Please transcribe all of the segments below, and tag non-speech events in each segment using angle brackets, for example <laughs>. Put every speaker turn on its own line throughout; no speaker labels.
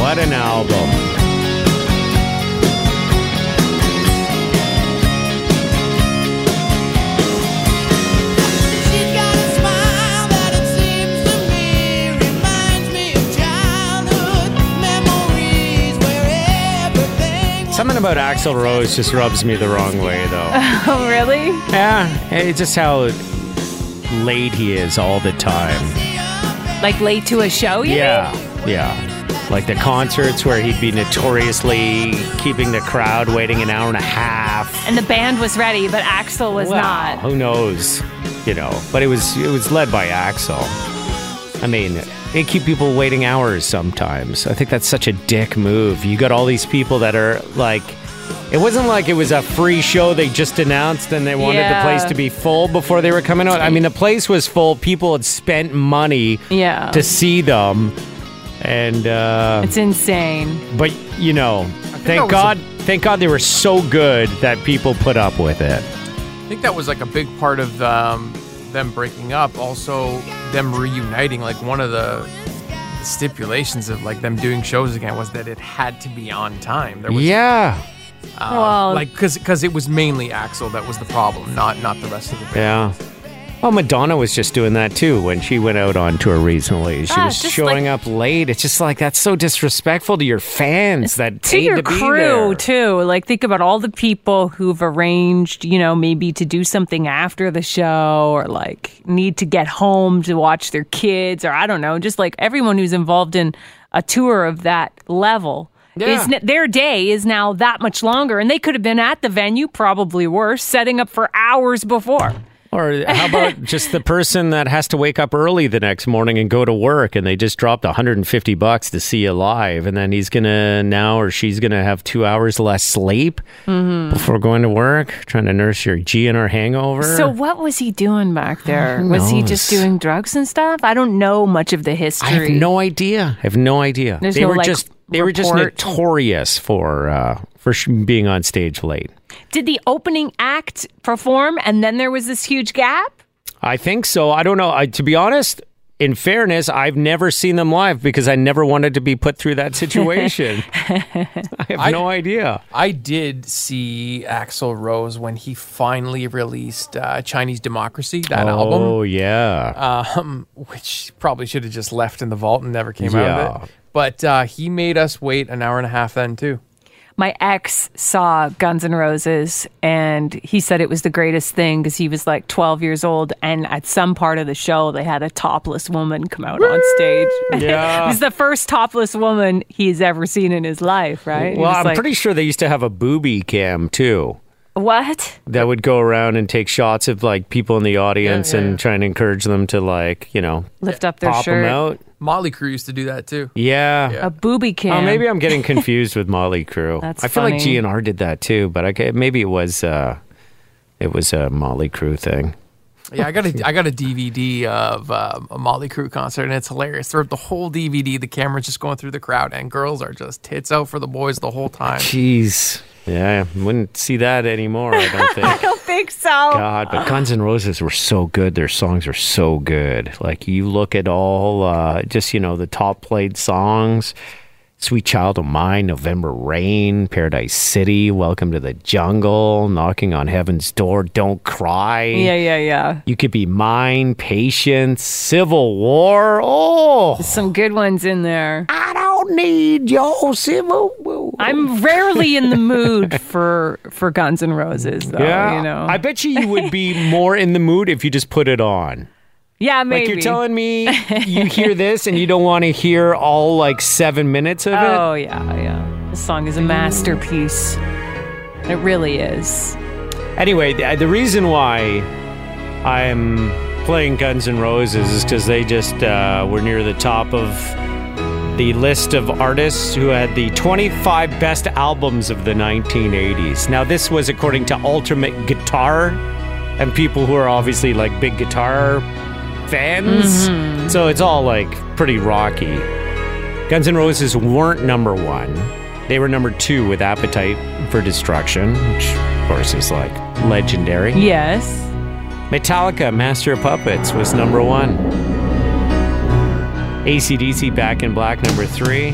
What an album.
She's got a smile that it seems to me reminds me of childhood memories where everything
Something about Axl Rose just rubs me the wrong way, though.
<laughs> Oh, really?
yeah, it's just how late he is all the time.
Like late to a show? You
Yeah, yeah. Like the concerts where he'd be notoriously keeping the crowd waiting an hour and a half.
And the band was ready, but Axel was
Well,
not.
Who knows? You know, but it was it was led by Axel. I mean, they keep people waiting hours sometimes. I think that's such a dick move. You got all these people that are like. It wasn't like it was a free show they just announced and they wanted
Yeah.
the place to be full before they were coming out. I mean, the place was full. People had spent money
Yeah.
to see them. And
<laughs>
uh,
it's insane.
but you know,
that
thank
was a-
God, thank God they were so good that people put up with it.
I think that was like a big part of um, them breaking up. Also, them reuniting. Like one of the stipulations of like them doing shows again was that it had to be on time. There was
Yeah,
um,
Oh,
Well-
like because it was mainly Axel that was the problem, not not the rest of the band.
yeah. Well, Madonna was just doing that too when she went out on tour recently. She
Yeah,
was
it's Ah, just
showing up late. It's just like that's so disrespectful to your fans that
To
paid
your
to be
crew,
there.
too. Like, think about all the people who've arranged, you know, maybe to do something after the show or like need to get home to watch their kids or I don't know, just like everyone who's involved in a tour of that level.
Yeah.
Is n- their day is now that much longer, and they could have been at the venue, probably worse, setting up for hours before.
Or how
<laughs>
about just the person that has to wake up early the next morning and go to work and they just dropped 150 bucks to see you live and then he's going to now or she's going to have 2 hours less sleep
Mm-hmm.
before going to work trying to nurse your G and her hangover.
So what was he doing back there? Was he just
knows?
doing drugs and stuff? I don't know much of the history.
I have no idea. I have no idea.
There's
they
no,
were
like,
just they were just
report.
notorious for uh for sh- being on stage late.
Did the opening act perform and then there was this huge gap?
I think so. I don't know. I, to be honest, in fairness, I've never seen them live because I never wanted to be put through
<laughs>
that situation. I have no idea.
I did see Axel Rose when he finally released uh, Chinese Democracy, that album.
Oh
Uh,
yeah.
um, which probably should have just left in the vault and never came out of
Yeah.
it. But uh, he made us wait an hour and a half then too.
My ex saw Guns N' Roses and he said it was the greatest thing because he was like 12 years old. And at some part of the show, they had a topless woman come out on stage.
<laughs> Yeah.
it was the first topless woman he's ever seen in his life, right? He
well,
was
I'm
like,
pretty sure they used to have a booby cam too.
What?
that would go around and take shots of like people in the audience and try and encourage them to like you know
Lift up their
pop
shirt.
them out.
Motley Crue used to do that too.
Yeah.
A booby cam.
Oh,
<laughs>
maybe I'm getting confused with Molly Crew.
That's
I feel like
funny.
GNR did that too, but I, ca- maybe it was uh, it was a Molly Crew thing.
<laughs> Yeah, I got a I got a DVD of um, a Motley Crue concert and it's hilarious. Throughout the whole DVD, the camera's just going through the crowd and girls are just tits out for the boys the whole time.
Jeez. Yeah, I wouldn't see that anymore. I don't
I <laughs>
think.
don't think so.
God, but Guns N' Roses were so good. Their songs are so good. Like you look at all, uh, just you know, the top played songs: "Sweet Child of Mine," "November Rain," "Paradise City," "Welcome to the Jungle," "Knocking on Heaven's Door," "Don't Cry."
Yeah, yeah, yeah.
You could be mine, patience, civil war. Oh,
Some good ones in there.
I don't don't need your civil war.
I'm rarely in
<laughs>
the mood for for Guns N' Roses, though. you know.
I bet you you would
<laughs>
be more in the mood if you just put it on.
yeah, maybe.
Like you're telling
<laughs>
me you hear this and you don't want to hear all like seven minutes of it.
Oh yeah, yeah. This song is a masterpiece. It really is.
Anyway, the, the reason why I'm playing Guns N' Roses is because they just uh, were near the top of the list of artists who had the 25 best albums of the 1980s. Now, this was according to Ultimate Guitar and people who are obviously like big guitar fans. So it's all like pretty rocky. Guns N' Roses weren't number one. They were number two with Appetite for Destruction, which of course is like legendary.
Yes.
Metallica, Master of Puppets was number one. ACDC, Back in Black, number three.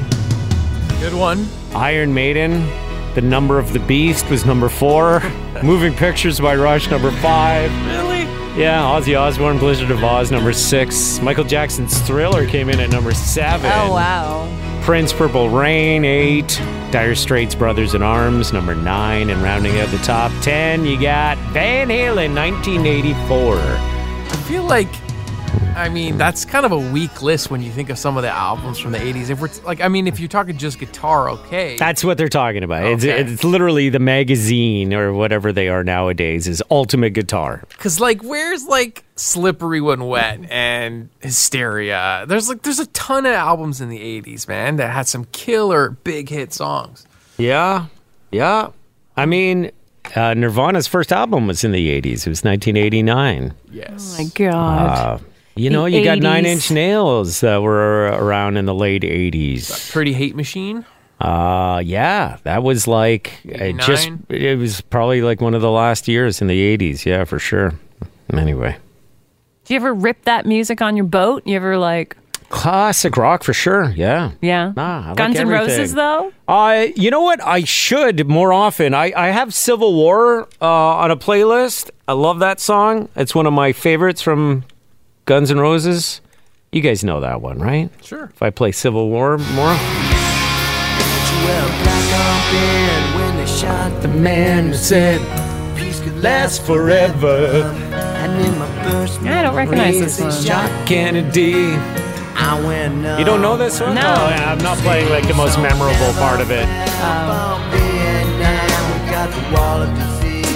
Good one.
Iron Maiden, The Number of the Beast was number
<laughs>
four. Moving Pictures by Rush, number five.
Really?
Yeah, Ozzy Osbourne, Blizzard of Oz, number six. Michael Jackson's Thriller came in at number seven.
Oh wow.
Prince, Purple Rain, eight. Dire Straits, Brothers in Arms, number nine. And rounding out the top ten, you got Van Halen, 1984.
I feel like, I mean, that's kind of a weak list when you think of some of the albums from the 80s. If we're like, I mean, if you're talking just guitar, okay.
That's what they're talking about.
Okay.
It's, it's literally the magazine or whatever they are nowadays is Ultimate Guitar.
Because like, where's like Slippery When Wet and Hysteria? There's like, there's a ton of albums in the 80s, man, that had some killer big hit songs.
Yeah, yeah. I mean, uh, Nirvana's first album was in the '80s. It was 1989.
Yes.
Oh, My God.
Uh, you
The
know, you got
80s.
Nine Inch Nails that were around in the late '80s.
Pretty Hate Machine.
Uh, yeah, that was like it just.
89?
It was probably like one of the last years in the '80s. Yeah, for sure. Anyway,
Do you ever rip that music on your boat? You ever like?
classic rock for sure. Yeah.
Yeah.
Nah, I like
Guns N' Roses
everything.
though.
Uh, you know what? I should more often. I, I have Civil War uh, on a playlist. I love that song. It's one of my favorites from Guns N' Roses. You guys know that one, right?
Sure.
If I play Civil War more,
the man who said peace could last forever. And in my first
I don't recognize this one.
Kennedy.
I went up.
You don't know this one?
No.
Oh, yeah, I'm not playing like the most memorable part of it.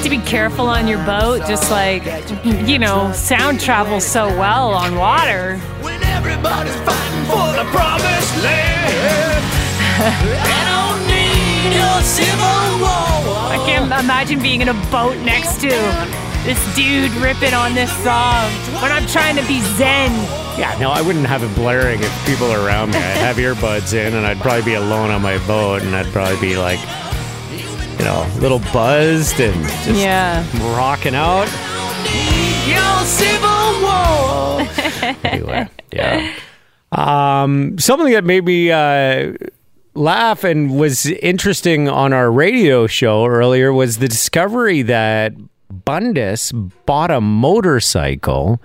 To be careful on your boat, just like you know, sound travels so well on water.
When everybody's fighting for the promised
<laughs>
land. I don't need your civil war.
I can't imagine being in a boat next to this dude ripping on this song when I'm trying to be zen.
Yeah, no, I wouldn't have it blaring if people are around me. I'd have earbuds in, and I'd probably be alone on my boat, and I'd probably be like, you know, a little buzzed and just
Yeah.
rocking out.
Your civil war.
Anyway, yeah. Um, something that made me uh, laugh and was interesting on our radio show earlier was the discovery that Bundes bought a motorcycle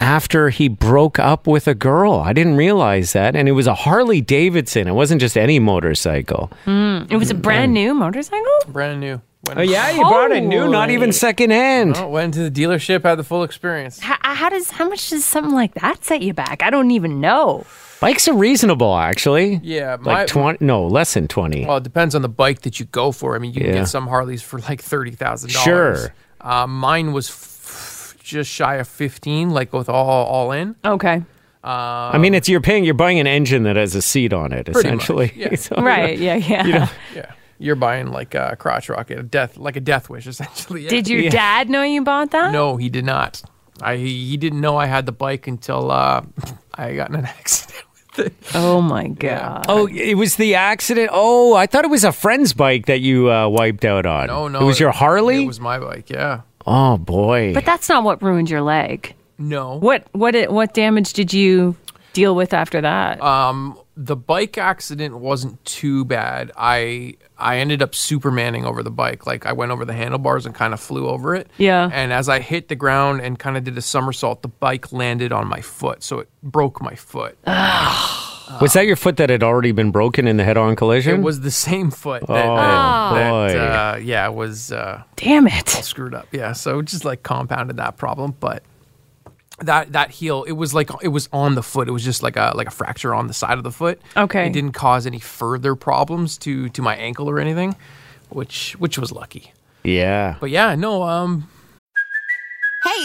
after he broke up with a girl. I didn't realize that. And it was a Harley Davidson. It wasn't just any motorcycle.
It was a
Mm-hmm.
brand new motorcycle?
Brand new. Went,
Oh, yeah, you bought it new, not even secondhand.
Oh, went to the dealership, had the full experience.
How, uh, how does how much does something like that set you back? I don't even know.
Bikes are reasonable, actually.
Yeah, my-
Like 20, no, less than 20.
Well, it depends on the bike that you go for. I mean, you
Yeah.
can get some Harleys for like thirty thousand
Sure.
dollars. Uh, mine was f- just shy of fifteen, like with all all in.
Okay.
I mean, it's you're paying, you're buying an engine that has a seat on it,
um, Pretty much,
essentially. <laughs>
yeah.
So-
<laughs> Right, yeah, yeah.
Yeah, you're buying like a crotch rocket, a death, like a death wish, <laughs> essentially. Yeah.
Did your dad know you bought that?
No, he did not. I he didn't know I had the bike until uh, <laughs> I got in an <laughs> accident with it.
Oh my god.
Oh, it was the accident. Oh, I thought it was a friend's bike that you uh, wiped out on.
No, no,
it was your Harley.
It was my bike. Yeah.
oh boy.
But that's not what ruined your leg.
No.
What what it, what damage did you deal with after that?
Uh,
the bike accident wasn't too bad. I I ended up supermaning over the bike. Like I went over the handlebars and kind of flew over it.
Yeah.
And as I hit the ground and kind of did a somersault, the bike landed on my foot, so it broke my foot.
Was that your foot that had already been broken in the head-on collision?
uh, It was the same foot that,
Oh,
that,
boy.
that, uh, yeah, was uh,
Damn it.
screwed up. Yeah, so it just like compounded that problem, but that that heel, it was like it was on the foot. It was just like a like a fracture on the side of the foot.
Okay.
It didn't cause any further problems to to my ankle or anything, which which was lucky.
yeah.
But yeah, no, um
Hey,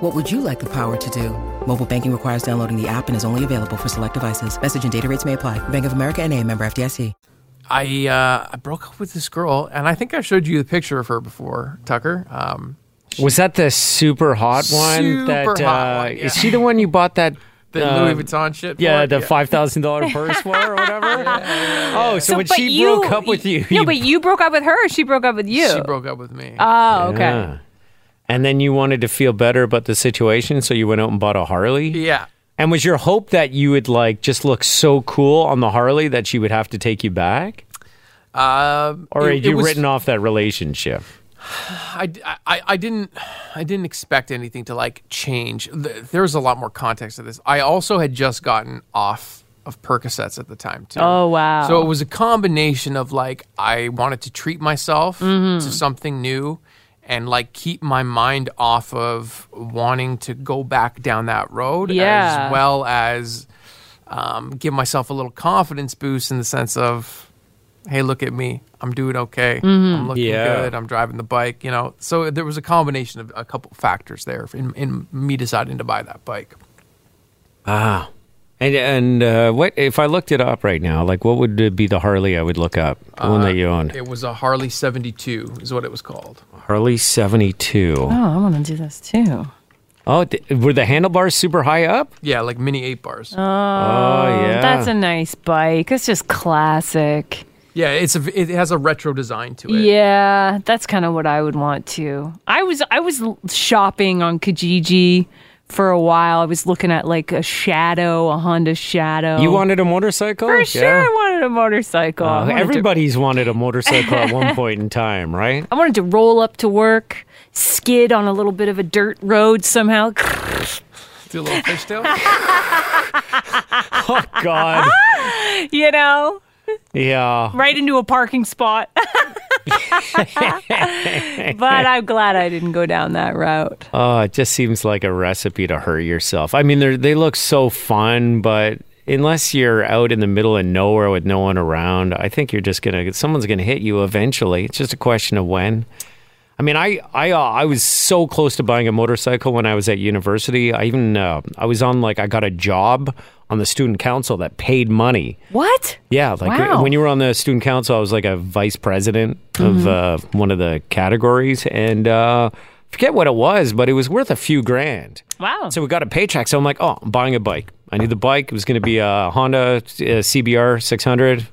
What would you like the power to do? Mobile banking requires downloading the app and is only available for select devices. Message and data rates may apply. Bank of America and a member FDIC.
I uh, I broke up with this girl, and I think I showed you the picture of her before, Tucker. Um,
Was that the super hot one? that
Super hot
uh,
one, yeah.
is she the one you bought that?
<laughs> the
uh,
Louis Vuitton shit.
Yeah,
for?
the five thousand dollar
<laughs>
purse for or whatever. Oh, so, when
but
she
you-
broke up with you,
No,
you
but you broke up with her. Or she broke up with you.
She broke up with me.
Uh,
Oh, okay.
Yeah. And then you wanted to feel better about the situation, so you went out and bought a Harley.
yeah.
And was your hope that you would like just look so cool on the Harley that she would have to take you back,
Um,
or
it-
had
it
you
was-
written off that relationship?
I, I, I didn't I didn't expect anything to like change. Th- There was a lot more context to this. I also had just gotten off of Percocets at the time too.
Oh, wow.
So it was a combination of like I wanted to treat myself
Mm-hmm.
to something new and like keep my mind off of wanting to go back down that road
Yeah.
as well as um, give myself a little confidence boost in the sense of hey, look at me. I'm doing okay. I'm looking
Yeah.
good. I'm driving the bike, you know. So there was a combination of a couple factors there in, in me deciding to buy that bike.
Ah. And and uh, what if I looked it up right now? Like, what would be the Harley I would look up? The
Uh,
one that you owned,
It was a Harley 72 is what it was called.
Harley seventy two.
Oh, I want to do this too.
Oh, th- were the handlebars super high up?
Yeah, like mini 8 bars.
Oh, yeah.
That's a nice bike. It's just classic.
yeah, it's a, it has a retro design to it.
Yeah, that's kind of what I would want to. I was I was l- shopping on Kijiji for a while. I was looking at like a Shadow, a Honda Shadow.
you wanted a motorcycle?
For sure, I wanted a motorcycle.
Uh,
I wanted to-
everybody's wanted a motorcycle at one point in time,
<laughs>
right?
I wanted to roll up to work, skid on a little bit of a dirt road somehow. <laughs>
Do a little fishtail.
Oh
Uh-huh.
God,
You know,
yeah.
right into a parking
<laughs>
spot. <laughs> but I'm glad I didn't go down that route.
Oh, it just seems like a recipe to hurt yourself. I mean, they they look so fun, but unless you're out in the middle of nowhere with no one around, I think you're just gonna someone's gonna hit you eventually. It's just a question of when. I mean, I I uh, I was so close to buying a motorcycle when I was at university. I even uh, I was on like I got a job on the student council that paid money.
What?
Yeah, like uh,
Wow.
when you were on the student council, I was like a vice president of
Mm-hmm.
uh, one of the categories, and uh, forget what it was, but it was worth a few grand.
Wow.
So we got a paycheck. So I'm like, oh, I'm buying a bike. I need the bike. It was going to be a Honda uh, CBR 600.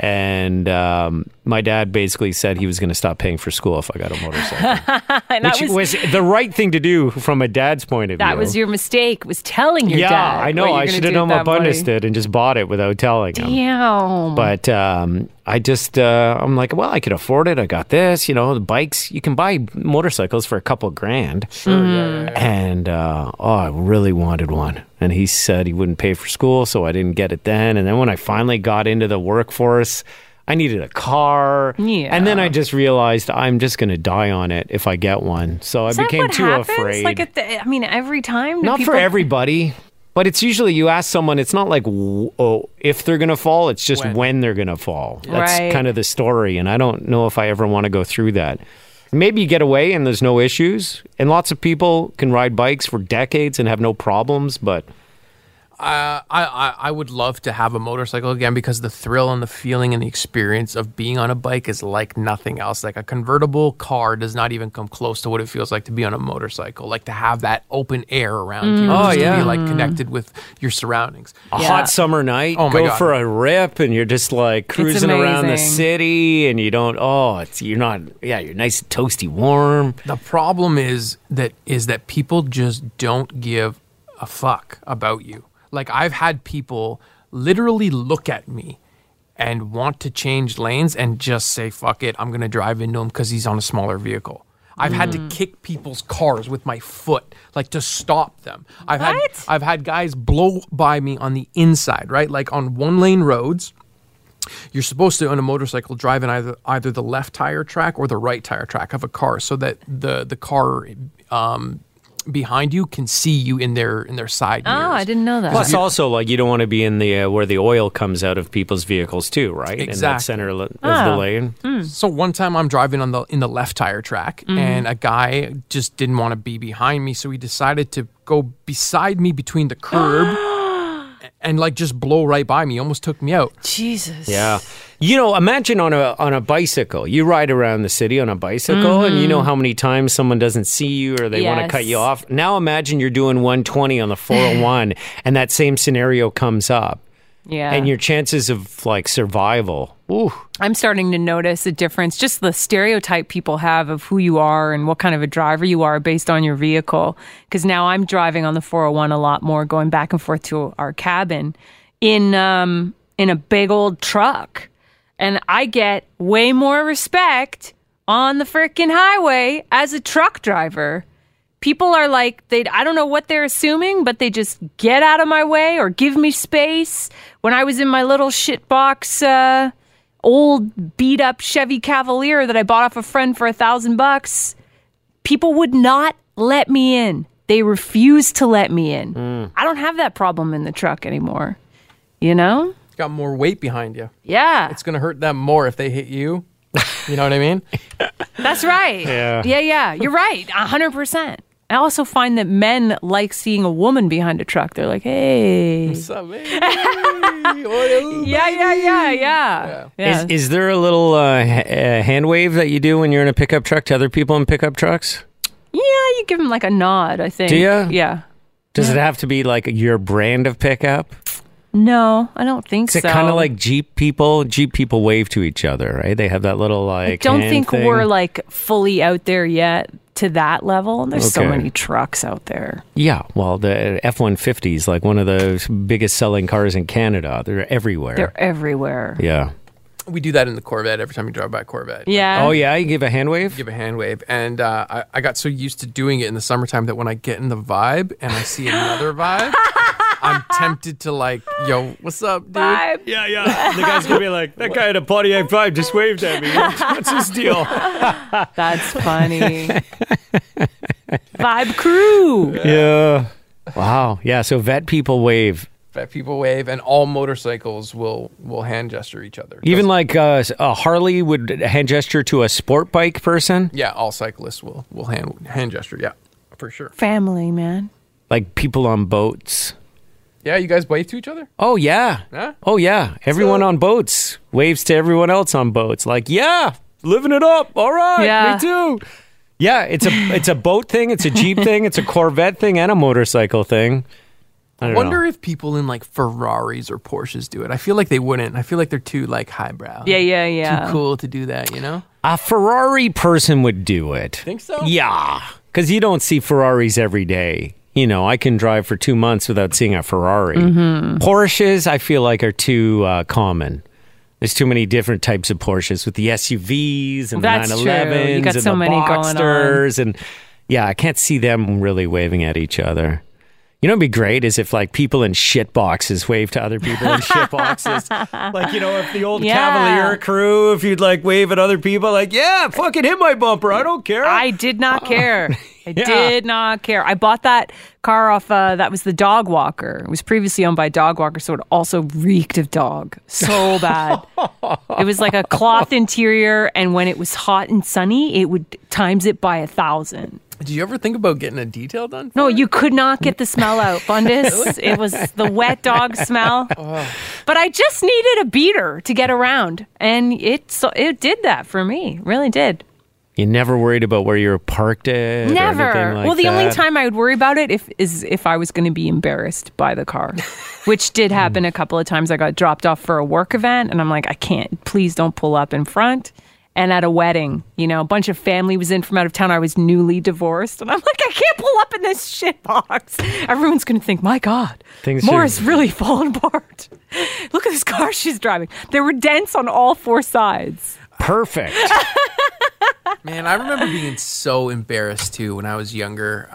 And um, my dad basically said he was going to stop paying for school if I got a motorcycle,
<laughs> and
which
that was,
was, the right thing to do from a dad's point of
that
view.
was your mistake. Was telling your
yeah.
dad.
I
what
know.
you're
I
gonna
should have
do
known
with
my
that money.
bonus did and just bought it without telling him.
Damn.
But um, I just, uh, I'm like, well, I could afford it. I got this, you know, the bikes. You can buy motorcycles for a couple grand.
Sure, yeah, yeah, yeah.
And uh, oh, I really wanted one. And he said he wouldn't pay for school, so I didn't get it then. And then when I finally got into the workforce, I needed a car.
Yeah.
And then I just realized I'm just going to die on it if I get one. So I
Is that
became
what
too
happens?
afraid
Like at the, I mean, every time. do
not
people,
for everybody but it's usually you ask someone it's not like w- oh if they're gonna fall it's just when,
When.
they're gonna fall that's
Right.
kind of the story and i don't know if i ever want to go through that Maybe you get away and there's no issues, and lots of people can ride bikes for decades and have no problems. But
I, I, I would love to have a motorcycle again because the thrill and the feeling and the experience of being on a bike is like nothing else. Like a convertible car does not even come close to what it feels like to be on a motorcycle. Like to have that open air around you, just to
yeah.
be like connected with your surroundings.
a hot summer night,
Oh my
go
God.
for a rip, and you're just like cruising around the
amazing.
city, and you don't. Oh, it's you're not. Yeah, you're nice, and toasty, warm.
The problem is that is that people just don't give a fuck about you. Like I've had people literally look at me and want to change lanes and just say fuck it, I'm going to drive into him cuz he's on a smaller vehicle. I've had to kick people's cars with my foot like to stop them. I've had
What?
I've had guys blow by me on the inside, right? Like on one lane roads you're supposed to on a motorcycle drive in either either the left tire track or the right tire track of a car so that the the car um, behind you can see you in their in their side
Oh,
mirrors.
I didn't know that.
Plus, also like you don't want to be in the uh, where the oil comes out of people's vehicles too, right? In that
Exactly.
center li- of the
Ah.
lane.
So one time I'm driving on the in the left tire track
Mm-hmm.
and a guy just didn't want to be behind me so he decided to go beside me between the curb
<gasps>
a- and like just blow right by me He almost took me out.
Jesus.
Yeah. Uh, You know, imagine on a on a bicycle. You ride around the city on a bicycle and you know how many times someone doesn't see you or they want to cut
Mm-hmm. Yes.
you off. Now imagine you're doing 120 on the
<laughs>
401 and that same scenario comes up
Yeah.
and your chances of like survival. Ooh.
I'm starting to notice a difference, just the stereotype people have of who you are and what kind of a driver you are based on your vehicle. Because now I'm driving on the 401 a lot more, going back and forth to our cabin in um, in a big old truck, and I get way more respect on the frickin' highway as a truck driver. People are like they I don't know what they're assuming, but they just get out of my way or give me space. When I was in my little shitbox. Uh, old beat up Chevy Cavalier that I bought off a friend for a thousand bucks. People would not let me in. They refused to let me in.
Mm.
I don't have that problem in the truck anymore. You know?
Got more weight behind you.
Yeah.
It's going to hurt them more if they hit you. You know what I
<laughs>
mean?
That's
<laughs>
right. Yeah. Yeah, yeah. You're right. 100%. I also find that men like seeing a woman behind a truck. They're like, hey.
<laughs>
Yeah, yeah, yeah, yeah. yeah.
Is, is there a little uh, ha- uh, hand wave that you do when you're in a pickup truck to other people in pickup trucks?
yeah, you give them like a nod, I think.
Do ya?
Yeah.
Does it have to be like your brand of pickup?
No, I don't think
Is it
so.
kind of like Jeep people? Jeep people wave to each other, right? They have that little like.
I don't
hand
think
thing.
we're like fully out there yet to that level. And there's so
Okay.
many trucks out there.
Yeah, well, the F one fifty is like one of the biggest selling cars in Canada. They're everywhere.
They're everywhere.
yeah.
We do that in the Corvette every time you drive by a Corvette.
Yeah.
oh yeah, you give a hand wave.
give a hand wave. And uh, I, I got so used to doing it in the summertime that when I get in the vibe and I see
<laughs>
another vibe, I'm tempted to like, yo, what's up, dude?
Bye.
Yeah, yeah. The guy's gonna be like, that guy at a party I five just waved at me. What's his deal?
That's funny. Vibe crew.
<laughs> Yeah. Wow. Yeah. So vet people wave.
Fat people wave, and all motorcycles will will hand gesture each other.
Even like uh, a Harley would hand gesture to a sport bike person.
yeah, all cyclists will will hand hand gesture. Yeah, for sure.
Family, man.
Like people on boats.
Yeah, you guys wave to each other.
Oh yeah.
Huh?
Oh yeah. Everyone on boats waves to everyone else on boats. Like yeah, living it up. All right.
Yeah.
Me too. Yeah. It's a it's a boat thing. It's a jeep thing. It's a Corvette thing and a motorcycle thing. I don't
Wonder
know.
if people in like Ferraris or Porsches do it. I feel like they wouldn't. I feel like they're too like highbrow.
Yeah, yeah, yeah.
Too cool to do that, you know?
a Ferrari person would do it.
Think so?
Yeah, because you don't see Ferraris every day. You know, I can drive for two months without seeing a Ferrari.
Mm-hmm.
Porsches, I feel like, are too uh, common. There's too many different types of Porsches with the SUVs and
That's
the
true.
911s
You got
and
so
the
many going on.
Boxsters and yeah, I can't see them really waving at each other. You know, it'd be great is if like people in shit boxes wave to other people in shit
<laughs>
boxes. Like you know, if the old
Yeah.
Cavalier crew, if you'd like wave at other people, like yeah, fucking hit my bumper, I don't care.
I did not care. I
Yeah.
did not care. I bought that car off, uh, that was the dog walker. It was previously owned by a dog walker, so it also reeked of dog so bad. it was like a cloth interior, and when it was hot and sunny, it would times it by a thousand.
Do you ever think about getting a detail done?
No, you could not get the smell out, Fundus. it was the wet dog smell. But I just needed a beater to get around, and it so, it did that for me. Really did.
You never worried about where you were parked at? or anything
Never.
like
well, the only
that?
time I would worry about it if is if I was going to be embarrassed by
<laughs>
the car, which did
Hmm.
happen a couple of times. I got dropped off for a work event, and I'm like, I can't. Please don't pull up in front. And at a wedding, you know, a bunch of family was in from out of town. I was newly divorced, and I'm like, I can't pull up in this shit box. Everyone's going to think, my God,
Things
Maura's
are-
really <laughs> falling apart. Look at this car she's driving. There were dents on all four sides. <laughs>
perfect.
Man, I remember being so embarrassed too when I was younger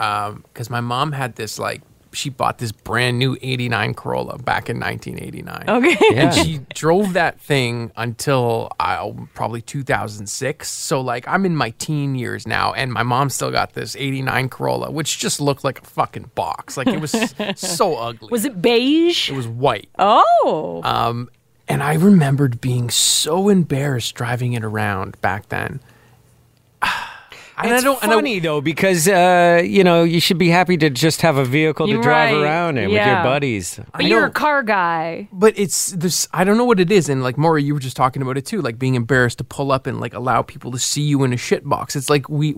because my mom had this like she bought this brand new '89 Corolla back in 1989.
Okay.
And she drove that thing until uh, probably 2006. So, like, I'm in my teen years now, and my mom still got this 89 Corolla, which just looked like a fucking box. Like, it was so ugly.
Was it beige?
It was white.
Oh.
Um, and I remembered being so embarrassed driving it around back then. <sighs>
And it's funny though because uh, you know you should be happy to just have a vehicle to
You're
drive
right.
around in with
Yeah.
your buddies.
But you're a car guy.
But it's this. I don't know what it is, and like Maury, you were just talking about it too, like being embarrassed to pull up and like allow people to see you in a shit box. It's like we.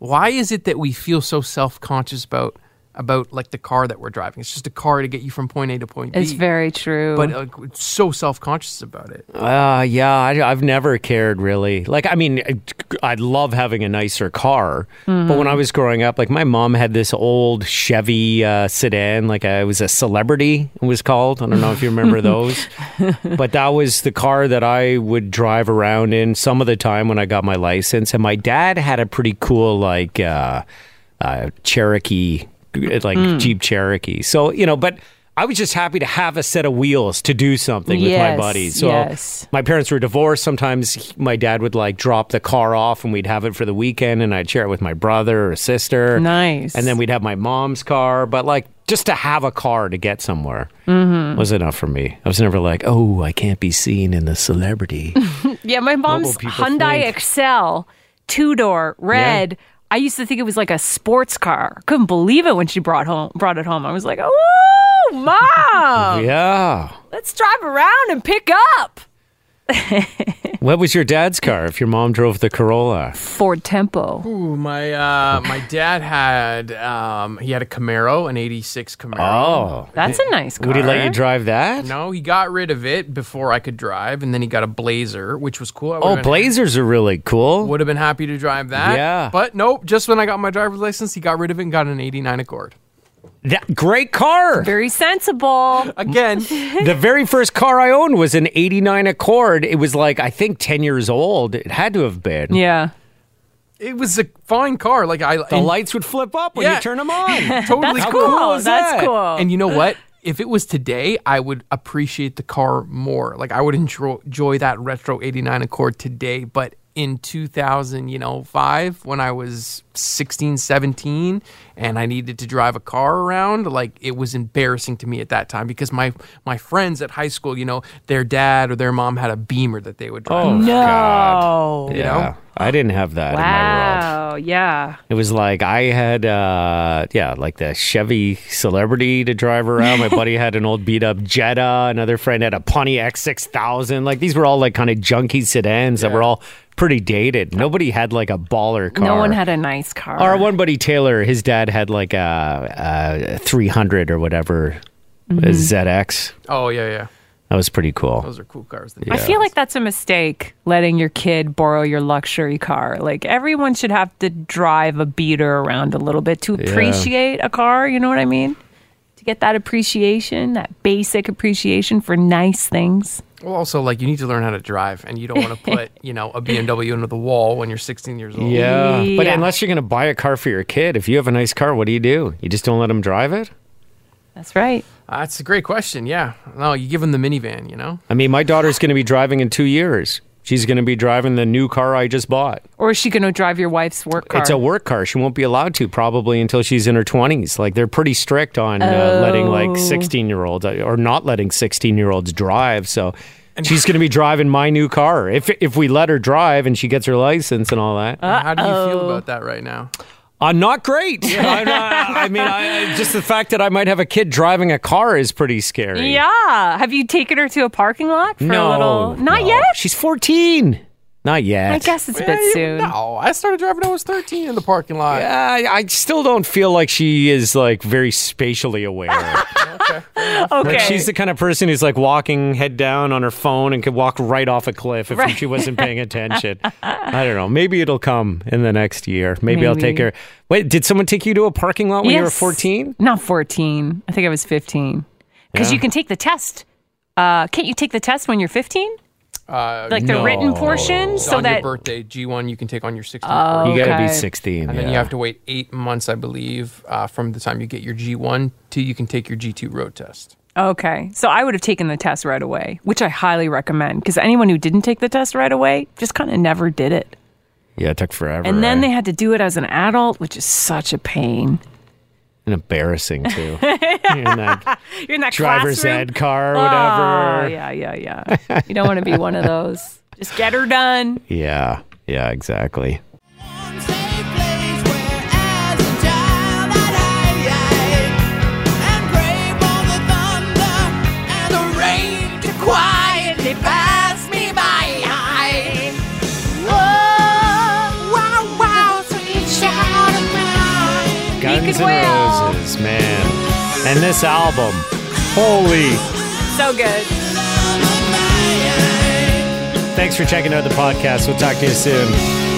Why is it that we feel so self conscious about about like the car that we're driving? It's just a car to get you from point A to point B.
It's very true.
But like, we're so self conscious about it.
Uh, yeah, I, I've never cared really. Like, I mean, I, I love having a nicer car, but
Mm-hmm.
when I was growing up, like my mom had this old Chevy uh, sedan, like uh, it was a celebrity, it was called. I don't know if you remember
<laughs>
those, but that was the car that I would drive around in some of the time when I got my license. And my dad had a pretty cool, like, uh, uh, Cherokee, uh, like
Hmm.
Jeep Cherokee. So, you know, but. I was just happy to have a set of wheels to do something with my
Yes,
buddies. So
yes.
my parents were divorced. Sometimes he- my dad would like drop the car off and we'd have it for the weekend and I'd share it with my brother or sister.
Nice.
And then we'd have my mom's car. But like just to have a car to get somewhere
Mm-hmm.
was enough for me. I was never like, oh, I can't be seen in the
<laughs>
celebrity.
yeah, my mom's
people
Hyundai
think?
Excel, two door, red. I used to think it was like a sports car. Couldn't believe it when she brought home brought it home. I was like, "Oh,
<laughs>
mom,
yeah.
let's drive around and pick up."
What was your dad's car if your mom drove the Corolla?
Ford Tempo.
Ooh, my uh, my dad had um, he had a Camaro, an '86 Camaro.
Oh.
That's a nice car.
Would he let you drive that?
No, he got rid of it before I could drive, and then he got a Blazer, which was cool. I would've
Oh,
been-
Blazers are really cool.
Would have been happy to drive that.
Yeah.
But nope, just when I got my driver's license, he got rid of it and got an 89 Accord.
That, great <laughs> car.
Very sensible.
<laughs>
Again,
the very first car I owned was an 89 Accord. It was like, I think 10 years old. It had to have been.
Yeah.
it was a fine car. Like I
The
and
lights would flip up when
Yeah.
you turn them
<laughs>
on.
totally
That's
cool.
cool
Oh,
is
that's
that?
cool.
And you know what? If it was today, I would appreciate the car more. Like I would enjoy, enjoy that retro 89 Accord today, but in 2000, you know, 5 when I was 16, 17 and I needed to drive a car around, like it was embarrassing to me at that time because my my friends at high school, you know, their dad or their mom had a Beamer that they would drive.
Oh,
No.
God.
You know?
Yeah. I didn't have that in my world.
Wow. Yeah.
It was like I had, uh, yeah, like the Chevy celebrity to drive around. My buddy had an old beat up Jetta. Another friend had a Pontiac 6000. Like these were all like kind of junky sedans that were all pretty dated. Nobody had like a baller car.
No one had a nice car.
Our one buddy Taylor, his dad had like a, a 300 or whatever a
Mm-hmm.
ZX.
Oh yeah, yeah.
That was pretty cool.
Those are cool cars.
I feel like that's a mistake letting your kid borrow your luxury car. Like everyone should have to drive a beater around a little bit to appreciate a car, you know what I mean? To get that appreciation, that basic appreciation for nice things.
Well, also like you need to learn how to drive, and you don't
<laughs>
want to put you know a BMW into the wall when you're 16 years old.
Yeah. But
Yeah.
unless you're going to buy a car for your kid, if you have a nice car, what do you do? You just don't let him drive it?
That's right.
Uh, that's a great question. Yeah, no, you give them the minivan, you know.
I mean, my daughter's going to be driving in two years. She's going to be driving the new car I just bought.
Or is she going to drive your wife's work car?
It's a work car. She won't be allowed to probably until she's in her 20s. Like they're pretty strict on uh, letting
Oh.
like 16 year olds or not letting 16 year olds drive. So she's going to be driving my new car if if we let her drive and she gets her license and all that.
And How do you feel about that right now?
Uh, I'm not great. I'm not- <laughs> i mean, I, just the fact that I might have a kid driving a car is pretty scary.
yeah. Have you taken her to a parking lot for
No.
a little? Not
no.
yet.
She's 14. Not yet.
I guess it's a bit
Yeah, you-
soon.
No, I started driving when I was 13 in the parking lot.
I, I still don't feel like she is like very spatially
<laughs>
aware.
Okay.
Like she's the kind of person who's like walking head down on her phone and could walk right off a cliff if she wasn't paying
<laughs>
attention. I don't know. Maybe it'll come in the next year. Maybe, I'll take
Maybe.
her. Wait, did someone take you to a parking lot when you were
Yes.
14?
Not 14. I think I was 15. Because
Yeah.
you can take the test. Uh, can't you take the test when you're 15?
Uh,
Like the written
No.
portion?
it's
So
on
that. Oh.
your birthday, G1, you can take on your 16th birthday.
You got to be
Okay.
16.
And then you
yeah.
have to wait eight months, I believe, uh, from the time you get your G1 till you can take your G2 road test.
Okay. So I would have taken the test right away, which I highly recommend. Because anyone who didn't take the test right away just kind of never did it.
Yeah, it took forever.
And then
right?
they had to do it as an adult, which is such a pain.
And embarrassing
<laughs>
too. You're in that
You're in that
driver's
classroom.
ed car or
Ah,
whatever.
yeah, yeah, yeah. You don't want to be one
<laughs>
of those. Just get her done.
yeah. Yeah, exactly. Guns
could
and
wail.
Roses, man. And this album. Holy.
So good.
Thanks for checking out the podcast. We'll talk to you soon.